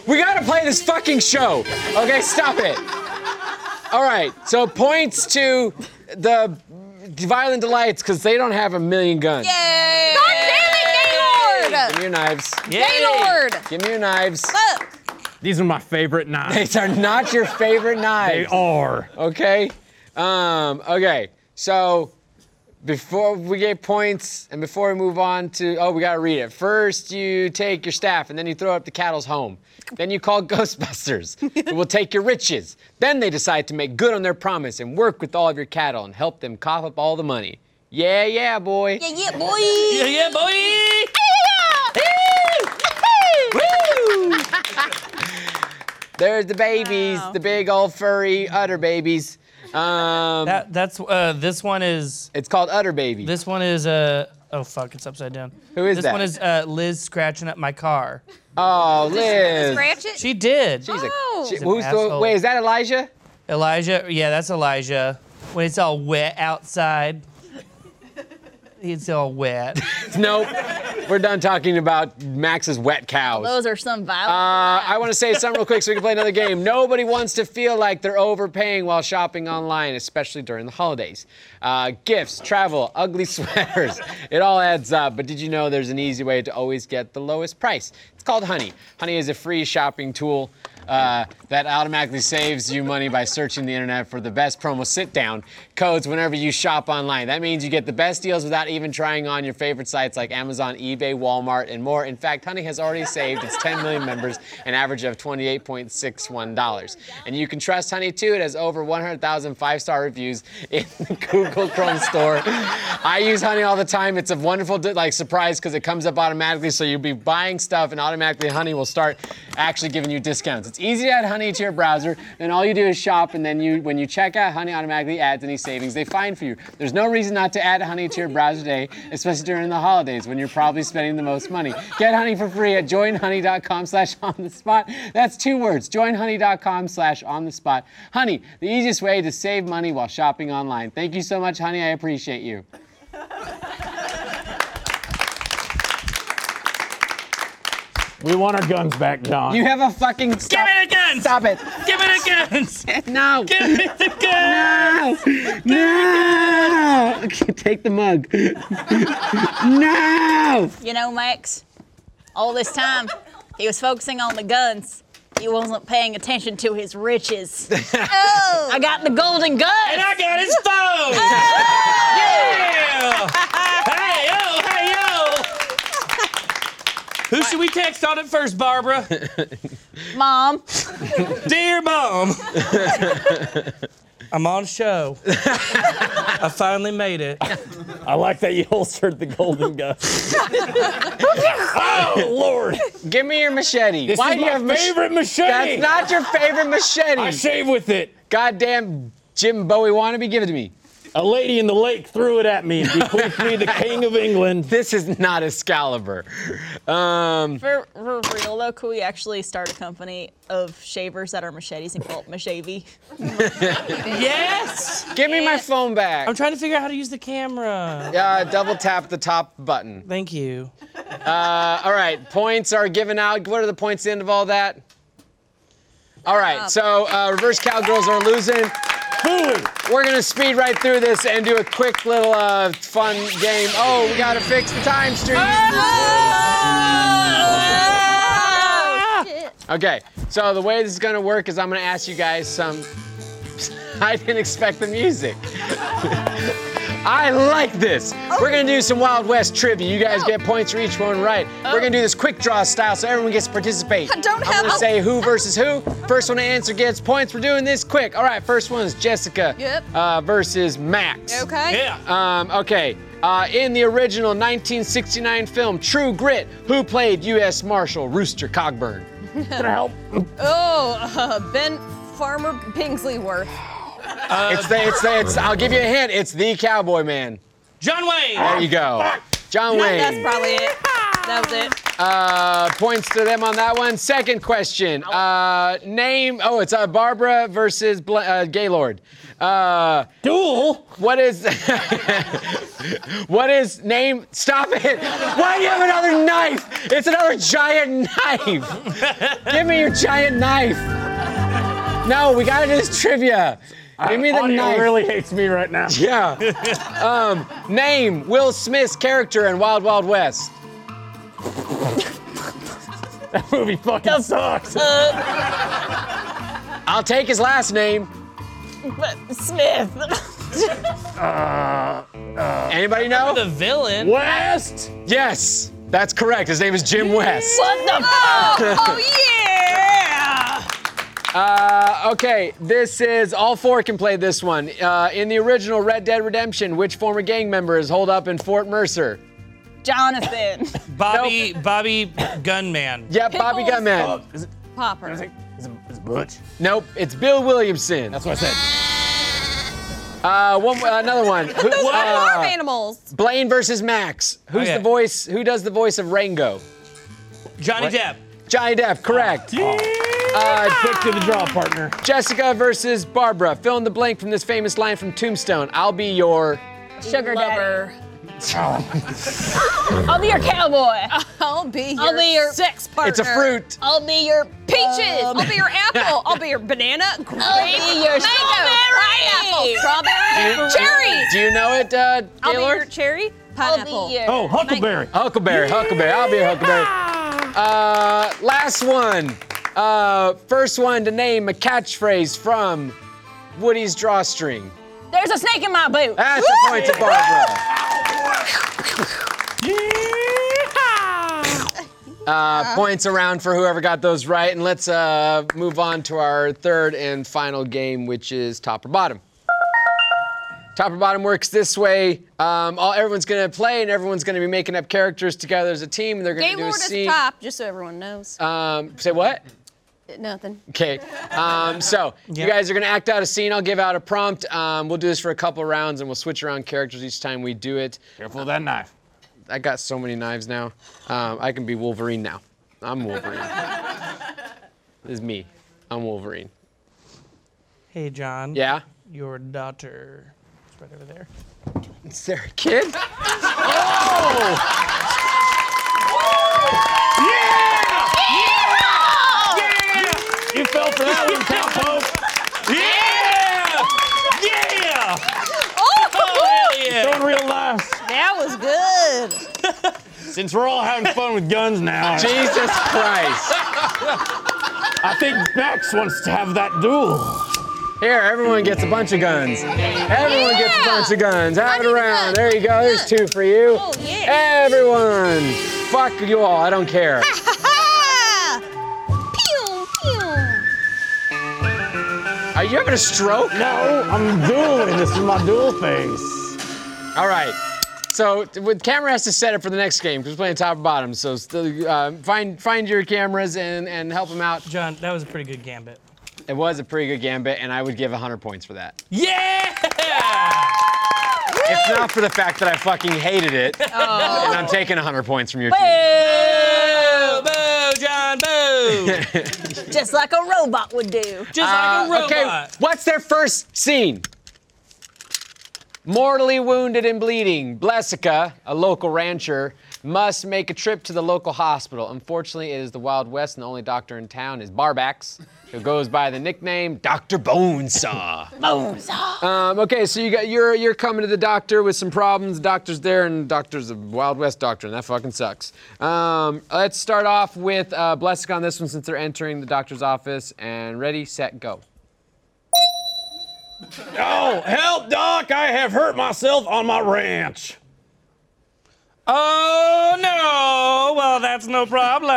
Speaker 2: We gotta play this fucking show. Okay, stop it. All right. So points to the Violent Delights because they don't have a million guns.
Speaker 3: Yay.
Speaker 5: God damn
Speaker 2: Give me your knives.
Speaker 4: Yay.
Speaker 5: Gaylord! Gaylord!
Speaker 2: Give me your knives.
Speaker 5: Look,
Speaker 6: These are my favorite knives.
Speaker 2: These are not your favorite
Speaker 6: They
Speaker 2: knives.
Speaker 6: are.
Speaker 2: Okay. Um. Okay. So. Before we get points and before we move on to, oh, we gotta read it. First, you take your staff and then you throw up the cattle's home. Then you call Ghostbusters, who will take your riches. Then they decide to make good on their promise and work with all of your cattle and help them cough up all the money. Yeah, yeah, boy.
Speaker 3: Yeah, yeah, boy.
Speaker 4: Yeah, yeah, boy! Woo!
Speaker 2: There's the babies,
Speaker 5: Wow.
Speaker 2: the big old furry udder babies. Um,
Speaker 4: That, that's uh, this one is
Speaker 2: it's called udder baby.
Speaker 4: this one is uh oh fuck it's upside down.
Speaker 2: Who is
Speaker 4: this
Speaker 2: that?
Speaker 4: one is uh, Liz scratching up my car.
Speaker 2: oh, Liz.
Speaker 5: scratch it.
Speaker 4: She did.
Speaker 2: She's a-
Speaker 5: Oh.
Speaker 2: she-
Speaker 5: She's
Speaker 4: an
Speaker 2: who's the,
Speaker 4: asshole.
Speaker 2: wait, is that Elijah?
Speaker 4: Elijah, yeah, that's Elijah. When it's all wet outside, it's all wet.
Speaker 2: Nope. We're done talking about Max's wet cows.
Speaker 3: Those are some violent.
Speaker 2: Uh, I want to say something real quick so we can play another game. Nobody wants to feel like they're overpaying while shopping online, especially during the holidays. Uh, gifts, travel, ugly sweaters, it all adds up. But did you know there's an easy way to always get the lowest price? It's called Honey. Honey is a free shopping tool. uh, that automatically saves you money by searching the internet for the best promo sit down codes whenever you shop online. That means you get the best deals without even trying on your favorite sites like Amazon, eBay, Walmart, and more. In fact, Honey has already saved its 10 million members an average of $28.61. And you can trust Honey too. It has over 100,000 five star reviews in the Google Chrome store. I use Honey all the time. It's a wonderful like surprise because it comes up automatically. So you'll be buying stuff and automatically Honey will start actually giving you discounts. It's easy to add Honey to your browser. Then all you do is shop, and then you when you check out, Honey automatically adds any savings they find for you. There's no reason not to add Honey to your browser today, especially during the holidays when you're probably spending the most money. Get Honey for free at joinhoney.com slash on the spot. That's two words, joinhoney.com slash on the spot. Honey, the easiest way to save money while shopping online. Thank you so much, Honey. I appreciate you.
Speaker 6: We want our guns back, John.
Speaker 2: You have a fucking stop.
Speaker 4: it again!
Speaker 2: Stop it.
Speaker 4: Give it again!
Speaker 2: No.
Speaker 4: Give it again!
Speaker 2: No! Take the mug. no!
Speaker 3: You know, Max, all this time he was focusing on the guns. He wasn't paying attention to his riches. oh, I got the golden gun.
Speaker 4: And I got his phone! yeah! Hey, yo, hey, yo! Who should we text on it first, Barbara?
Speaker 3: Mom,
Speaker 4: Dear Mom, I'm on show. I finally made it.
Speaker 6: I like that you holstered the golden gun. oh Lord!
Speaker 2: Give me your machete.
Speaker 6: This
Speaker 2: Why
Speaker 6: is
Speaker 2: do you
Speaker 6: my
Speaker 2: have mach-
Speaker 6: favorite
Speaker 2: That's
Speaker 6: machete.
Speaker 2: not your favorite
Speaker 6: I
Speaker 2: machete.
Speaker 6: shave with it.
Speaker 2: Goddamn Jim Bowie wannabe, give it to me.
Speaker 6: A lady in the lake threw it at me and bequeathed me the King of England.
Speaker 2: This is not Excalibur. Um,
Speaker 3: for, for real though, could we actually start a company of shavers that are machetes and call it Machete?
Speaker 4: Yes!
Speaker 2: give me my
Speaker 3: Yes.
Speaker 2: phone
Speaker 4: I'm
Speaker 2: back.
Speaker 4: trying to figure out how to use the camera.
Speaker 2: Uh, double tap the top button.
Speaker 4: Thank you.
Speaker 2: Uh, all right, points are given out. What are the points at the end of all that? All right, so uh, reverse cowgirls are losing.
Speaker 6: Booing.
Speaker 2: We're gonna speed right through this and do a quick little uh, fun game. Oh, we gotta fix the time stream. Okay, so the way this is gonna work is I'm gonna ask you guys some. I didn't expect the music. I like this. We're gonna do some Wild West trivia. You guys get points for each one right. We're gonna do this quick draw style so everyone gets to participate.
Speaker 5: I don't
Speaker 2: I'm gonna
Speaker 5: have-
Speaker 2: say who versus who. First one to answer gets points. We're doing this quick. All right, first one is Jessica
Speaker 5: Yep.
Speaker 2: uh, versus Max.
Speaker 5: Okay.
Speaker 4: Yeah.
Speaker 2: Um, okay. Uh, in the original 1969 film True Grit, who played U.S. Marshal Rooster Cogburn?
Speaker 6: Can I help?
Speaker 5: Oh, uh, Ben Farmer Pingsleyward.
Speaker 2: It's the, it's the, it's, I'll give you a hint. It's the Cowboy Man.
Speaker 4: John Wayne!
Speaker 2: There you go. John Wayne.
Speaker 5: That's probably it. That was it.
Speaker 2: Uh, points to them on that one. Second question. Uh, name. Oh, it's uh, Barbara versus Bla- uh, Gaylord. Uh,
Speaker 6: Duel.
Speaker 2: what is? what is name? Stop it! Why do you have another knife? It's another giant knife. Give me your giant knife. No, we gotta do this trivia. Give me the
Speaker 6: Audio
Speaker 2: knife.
Speaker 6: really hates me right now.
Speaker 2: Yeah. um, name Will Smith's character in Wild Wild West.
Speaker 6: That movie fucking sucks.
Speaker 2: I'll take his last name.
Speaker 3: But Smith.
Speaker 2: Anybody know?
Speaker 4: The villain.
Speaker 6: West.
Speaker 2: Yes, that's correct. His name is Jim West.
Speaker 3: what the
Speaker 5: Oh, oh yeah!
Speaker 2: Uh, okay, this is all four can play this one. Uh, in the original Red Dead Redemption, which former gang member is holed up in Fort Mercer?
Speaker 3: Jonathan.
Speaker 4: Bobby, Bobby Gunman.
Speaker 2: Yep, Bobby
Speaker 5: Pickles.
Speaker 2: Gunman.
Speaker 6: Oh, is it?
Speaker 5: Popper.
Speaker 6: Is it, is it, is it Butch?
Speaker 2: Nope, it's Bill Williamson.
Speaker 6: That's what I said.
Speaker 2: Uh, one, another one. Who-
Speaker 5: Those are
Speaker 2: uh,
Speaker 5: farm animals.
Speaker 2: Blaine versus Max. Who's
Speaker 4: Okay.
Speaker 2: the voice? Who does the voice of Rango?
Speaker 4: Johnny Depp.
Speaker 2: Johnny Depp, correct. Uh,
Speaker 6: Quick to the draw, partner.
Speaker 2: Jessica versus Barbara. Fill in the blank from this famous line from Tombstone. I'll be your.
Speaker 3: Sugar
Speaker 5: Lover.
Speaker 3: daddy. I'll be your cowboy.
Speaker 5: I'll be your,
Speaker 3: I'll be your-
Speaker 5: sex partner.
Speaker 2: It's a fruit.
Speaker 3: I'll be your
Speaker 5: Peaches.
Speaker 3: um,
Speaker 5: I'll be your apple. I'll be your banana. Grape.
Speaker 3: I'll be your
Speaker 5: mango.
Speaker 3: strawberry.
Speaker 5: Pineapple. Strawberry. cherry.
Speaker 2: Do you know it, uh,
Speaker 5: I'll be
Speaker 2: Gaylord?
Speaker 5: your cherry.
Speaker 3: I'll
Speaker 5: Pineapple.
Speaker 3: be your.
Speaker 6: Oh, Huckleberry.
Speaker 2: Huckleberry, Huckleberry. I'll be a Huckleberry. Uh, last one. Uh, first one to name a catchphrase from Woody's drawstring.
Speaker 3: There's a snake in my boot.
Speaker 2: That's a point to Barbara. Uh, points around for whoever got those right, and let's uh, move on to our third and final game, which is top or bottom. Top or bottom works this way: um, all everyone's going to play, and everyone's going to be making up characters together as a team. And they're going to
Speaker 5: Game
Speaker 2: do a
Speaker 5: Lord is
Speaker 2: scene.
Speaker 5: top, just so everyone knows.
Speaker 2: Um, say what?
Speaker 5: Nothing.
Speaker 2: Okay. Um, so you guys are gonna act out a scene. I'll give out a prompt. Um, we'll do this for a couple rounds, and we'll switch around characters each time we do it.
Speaker 6: Careful of that knife.
Speaker 2: I got so many knives now. Um, I can be Wolverine now. I'm Wolverine. this is me. I'm Wolverine.
Speaker 7: Hey, John.
Speaker 2: Yeah.
Speaker 7: Your daughter. It's right over there.
Speaker 2: Is there a kid?
Speaker 4: You fell for that one, Cowpoke. Yeah! Yeah!
Speaker 5: Oh,
Speaker 4: Yeah!
Speaker 6: Don't real life.
Speaker 5: that was good.
Speaker 6: Since we're all having fun with guns now,
Speaker 2: Jesus Christ.
Speaker 6: I think Max wants to have that duel.
Speaker 2: Here, everyone gets a bunch of guns. Everyone gets a
Speaker 5: Yeah.
Speaker 2: bunch of guns. Have it
Speaker 5: need a
Speaker 2: around.
Speaker 5: gun.
Speaker 2: There you go. There's two for you.
Speaker 5: Oh, yeah.
Speaker 2: Everyone. Fuck you all. I don't care.
Speaker 5: pew, pew.
Speaker 2: Are you having a stroke?
Speaker 6: No, I'm dueling. This is my duel phase.
Speaker 2: All right. So t- with camera has to set it for the next game because we're playing top or bottom. So still, uh, find find your cameras and, and help them out.
Speaker 7: John, that was a pretty good gambit.
Speaker 2: It was a pretty good gambit, and I would give 100 points for that.
Speaker 4: Yeah!
Speaker 2: It's not for the fact that I fucking hated it, and I'm taking 100 points from your team.
Speaker 4: Boo, boo, John, boo!
Speaker 3: Just like a robot would do.
Speaker 4: Just like a
Speaker 2: Uh,
Speaker 4: robot.
Speaker 2: okay, what's their first scene? Mortally wounded and bleeding, Blessica, a local rancher, must make a trip to the local hospital. Unfortunately, it is the Wild West, and the only doctor in town is Barbax, who goes by the nickname Dr. Bonesaw.
Speaker 3: Ah.
Speaker 2: Bonesaw. Um, okay, so you got you're you're coming to the doctor with some problems. The doctor's there, and the doctor's a Wild West doctor, and that fucking sucks. Um, let's start off with uh, Blessica on this one since they're entering the doctor's office. And ready, set, go.
Speaker 6: Oh, help, Doc! I have hurt myself on my ranch.
Speaker 7: Oh, no. Well, that's no problem.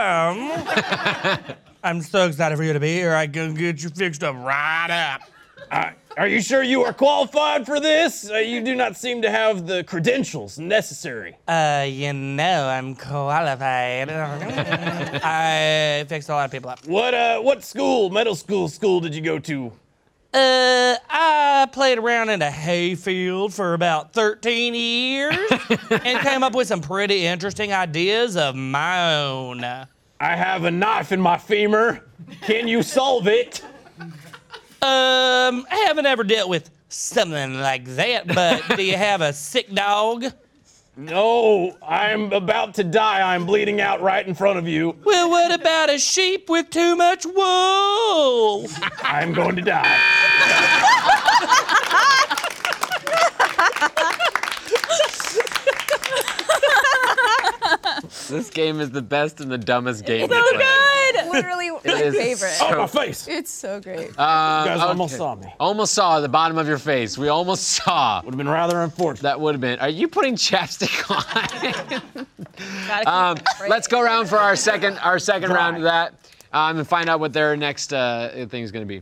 Speaker 7: I'm so excited for you to be here. I can get you fixed up right up.
Speaker 6: I, are you sure you are qualified for this? Uh, you do not seem to have the credentials necessary.
Speaker 7: Uh, you know, I'm qualified. I fixed a lot of people up.
Speaker 6: What uh, what school, middle school, school did you go to?
Speaker 7: Uh, I played around in a hayfield for about 13 years and came up with some pretty interesting ideas of my own. Um,
Speaker 6: I have a knife in my femur. Can you solve it?
Speaker 7: Um, I haven't ever dealt with something like that, but do you have a sick dog?
Speaker 6: No, I'm about to die. I'm bleeding out right in front of you.
Speaker 7: Well, what about a sheep with too much wool?
Speaker 6: I'm going to die.
Speaker 2: This game is the best and the dumbest game.
Speaker 5: So good. Literally my
Speaker 2: is
Speaker 5: favorite.
Speaker 2: so-
Speaker 6: Oh, my face! You
Speaker 5: It's so great.
Speaker 2: Uh,
Speaker 6: guys almost saw me.
Speaker 2: Almost saw the bottom of your face. We almost saw.
Speaker 6: Would have been rather unfortunate.
Speaker 2: That would have been. Are you putting chapstick on?
Speaker 5: Gotta keep
Speaker 2: Um,
Speaker 5: it fresh.
Speaker 2: let's go around for our second our second round of that, um, and find out what their next uh, thing is going to be.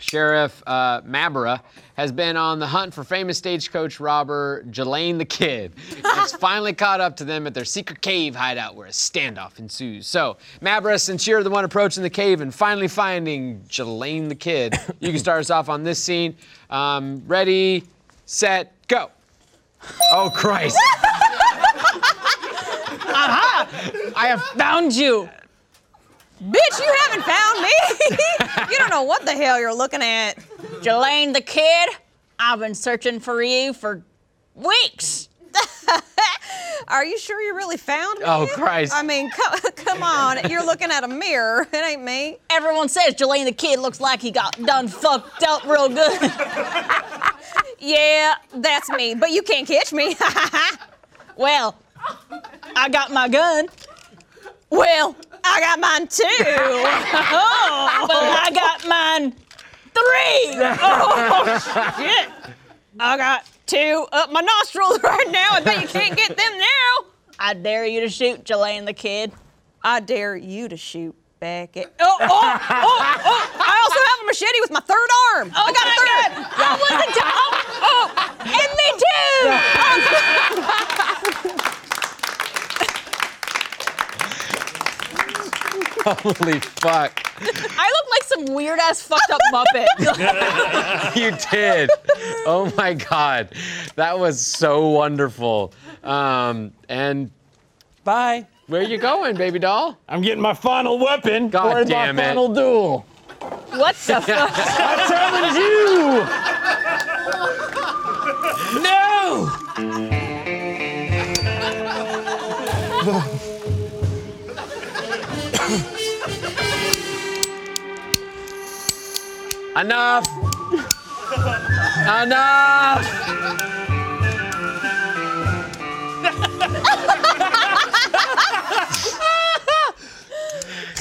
Speaker 2: Sheriff uh, Mabra has been on the hunt for famous stagecoach robber Jelaine the Kid. He's finally caught up to them at their secret cave hideout where a standoff ensues. So, Mabra, since you're the one approaching the cave and finally finding Jelaine the Kid, you can start us off on this scene. Um, ready, set, go. Oh, Christ. I have found you.
Speaker 5: Bitch, you haven't found me. you don't know what the hell you're looking at.
Speaker 3: Jelaine the kid, I've been searching for you for weeks.
Speaker 5: Are you sure you really found me?
Speaker 2: Oh, Christ.
Speaker 5: I mean, come, come on. You're looking at a mirror. It ain't me.
Speaker 3: Everyone says Jelaine the kid looks like he got done fucked up real good.
Speaker 5: Yeah, that's me. But you can't catch me.
Speaker 3: well, I got my gun.
Speaker 5: Well, I got mine too. oh,
Speaker 3: Well, I got mine
Speaker 5: three. Oh, shit. I got two up my nostrils right now. I bet you can't get them now.
Speaker 3: I dare you to shoot Jelaine the Kid.
Speaker 5: I dare you to shoot back at. Oh, oh, oh, oh. I also have a machete with my third arm. I got a third. Oh I was a dog. Oh, and me too.
Speaker 2: Holy fuck.
Speaker 5: I look like some weird ass fucked up Muppet.
Speaker 2: You did. Oh my God. That was so wonderful. Um, and
Speaker 7: Bye.
Speaker 2: where you going, baby doll?
Speaker 6: I'm getting my final weapon.
Speaker 2: God
Speaker 6: for
Speaker 2: damn
Speaker 6: my
Speaker 2: it.
Speaker 6: final duel.
Speaker 5: what the fuck?
Speaker 6: I challenge you.
Speaker 7: No!
Speaker 2: Enough. Enough.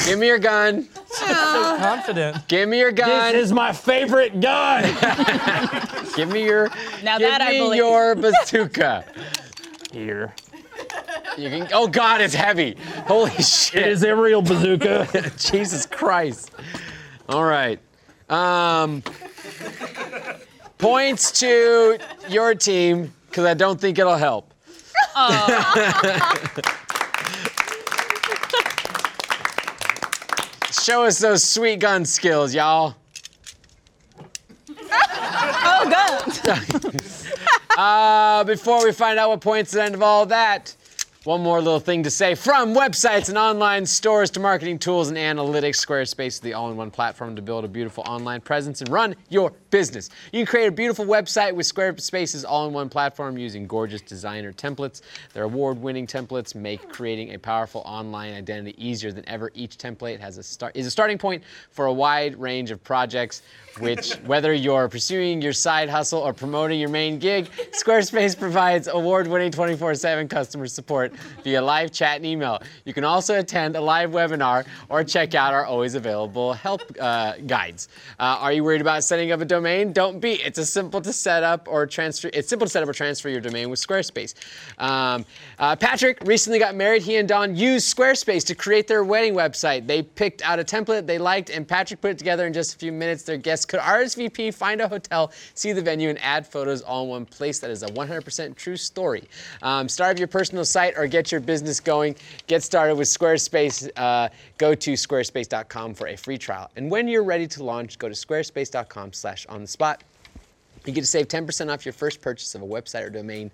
Speaker 2: Give me your gun.
Speaker 7: Confident.
Speaker 2: Give me your gun.
Speaker 6: This is my favorite gun.
Speaker 2: Give me your.
Speaker 3: Now
Speaker 2: give
Speaker 3: that I
Speaker 2: me
Speaker 3: believe.
Speaker 2: your bazooka.
Speaker 6: Here.
Speaker 2: You can. Oh God, it's heavy. Holy shit.
Speaker 6: It is a real bazooka.
Speaker 2: Jesus Christ. All right. Um, points to your team because I don't think it'll help. Show us those sweet gun skills, y'all.
Speaker 5: Oh, God.
Speaker 2: But Uh, before we find out what points at the end of all that, one more little thing to say. From websites and online stores to marketing tools and analytics, Squarespace is the all in one platform to build a beautiful online presence and run your business. You can create a beautiful website with Squarespace's all in one platform using gorgeous designer templates. Their award winning templates make creating a powerful online identity easier than ever. Each template has a start, is a starting point for a wide range of projects which whether you're pursuing your side hustle or promoting your main gig, Squarespace provides award-winning 24/7 customer support via live chat and email. You can also attend a live webinar or check out our always available help uh, guides. Uh, are you worried about setting up a domain? Don't be. It's a simple to set up or transfer. It's simple to set up or transfer your domain with Squarespace. Um, uh, Patrick recently got married. He and Don used Squarespace to create their wedding website. They picked out a template they liked, and Patrick put it together in just a few minutes. Their guests could RSVP, find a hotel, see the venue, and add photos all in one place. That is a 100% true story. Um, start your personal site or get your business going. Get started with Squarespace. Uh, go to squarespace.com for a free trial. And when you're ready to launch, go to squarespace.com slash on the spot. You get to save 10% off your first purchase of a website or domain.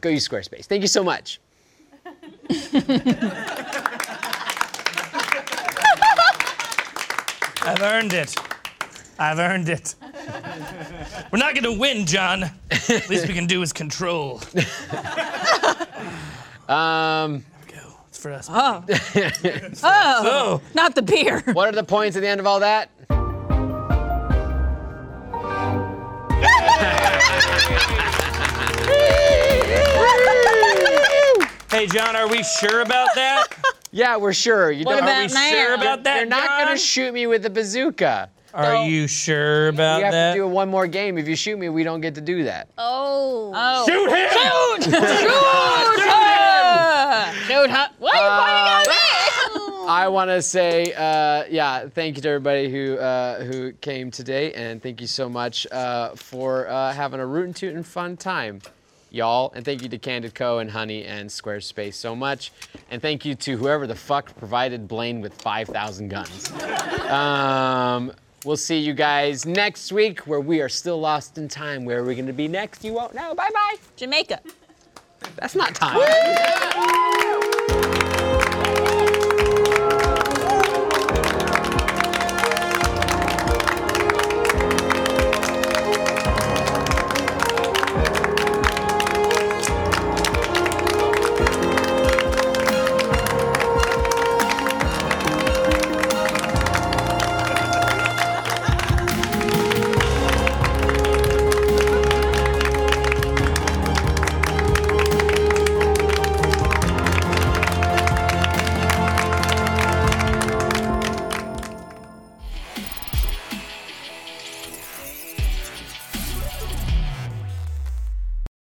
Speaker 2: Go use Squarespace. Thank you so much.
Speaker 4: I've earned it. I've earned it. We're not gonna win, John. At least we can do is control. um. There
Speaker 2: Um,
Speaker 4: we go. It's for us.
Speaker 5: Oh, not the beer.
Speaker 2: What are the points at the end of all that?
Speaker 7: Hey, John, are we sure about that?
Speaker 2: Yeah, we're sure. You
Speaker 3: What
Speaker 2: don't,
Speaker 3: about
Speaker 7: Are we
Speaker 3: now?
Speaker 7: sure about that?
Speaker 2: you're not
Speaker 7: John?
Speaker 2: gonna shoot me with a bazooka.
Speaker 7: Are you sure about
Speaker 2: You have
Speaker 7: that?
Speaker 2: to do one more game. If you shoot me, we don't get to do that.
Speaker 3: Oh.
Speaker 6: Shoot him!
Speaker 3: Dude, huh? What are you pointing
Speaker 5: Uh,
Speaker 3: at me?
Speaker 2: I want to say, uh, yeah, thank you to everybody who uh, who came today, and thank you so much uh, for uh, having a rootin' tootin' fun time, y'all. And thank you to Candid Co. and Honey and Squarespace so much, and thank you to whoever the fuck provided Blaine with 5,000 guns. Um, we'll see you guys next week, where we are still lost in time. Where are we gonna be next? You won't know. Bye bye.
Speaker 3: Jamaica.
Speaker 2: That's not time.